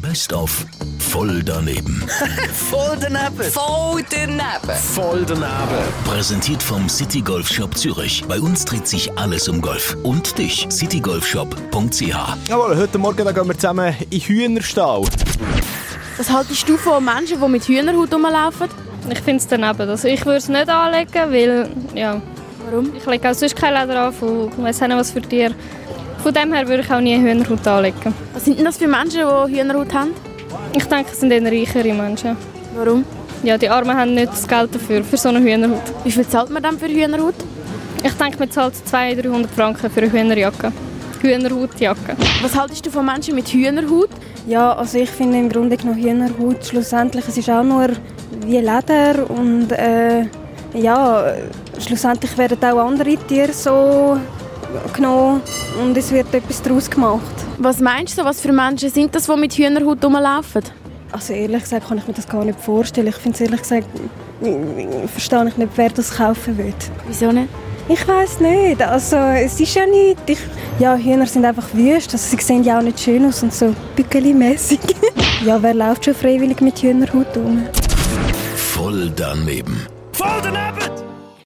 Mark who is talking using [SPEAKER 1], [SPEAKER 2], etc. [SPEAKER 1] Best auf Voll daneben.
[SPEAKER 2] Voll daneben!
[SPEAKER 3] Voll daneben!
[SPEAKER 2] Voll daneben!
[SPEAKER 1] Präsentiert vom City Golf Shop Zürich. Bei uns dreht sich alles um Golf. Und dich, citygolfshop.ch.
[SPEAKER 4] Jawohl, heute Morgen da gehen wir zusammen in den Hühnerstall.
[SPEAKER 5] Was haltest du von Menschen, die mit Hühnerhaut rumlaufen?
[SPEAKER 6] Ich finde es daneben. Also ich würde es nicht anlegen, weil ja,
[SPEAKER 5] Warum?
[SPEAKER 6] ich lege auch sonst keine Leder auf und ich weiss auch nicht, was für Tiere. Von dem her würde ich auch nie Hühnerhaut anlegen.
[SPEAKER 5] Was sind denn das für Menschen, die Hühnerhaut haben?
[SPEAKER 6] Ich denke, es sind eher reichere Menschen.
[SPEAKER 5] Warum?
[SPEAKER 6] Ja, die Armen haben nicht das Geld dafür, für so eine Hühnerhaut.
[SPEAKER 5] Wie viel zahlt man dann für Hühnerhaut?
[SPEAKER 6] Ich denke, man zahlt 200, 300 Franken für eine Hühnerjacke. Hühnerhautjacke.
[SPEAKER 5] Was haltest du von Menschen mit Hühnerhaut?
[SPEAKER 7] Ja, also ich finde im Grunde genommen Hühnerhaut schlussendlich, es ist auch nur wie Leder und äh, ja, schlussendlich werden auch andere Tiere so genommen und es wird etwas daraus gemacht.
[SPEAKER 5] Was meinst du, was für Menschen sind das, die mit Hühnerhaut rumlaufen?
[SPEAKER 7] Also ehrlich gesagt kann ich mir das gar nicht vorstellen. Ich finde es ehrlich gesagt, verstehe ich nicht, wer das kaufen will.
[SPEAKER 5] Wieso nicht?
[SPEAKER 7] Ich weiß nicht, also es ist ja nicht, ich, ja Hühner sind einfach wüst, also sie sehen ja auch nicht schön aus und so bückeli-mässig. ja, wer läuft schon freiwillig mit Hühnerhaut um?
[SPEAKER 1] Voll daneben.
[SPEAKER 2] Voll daneben!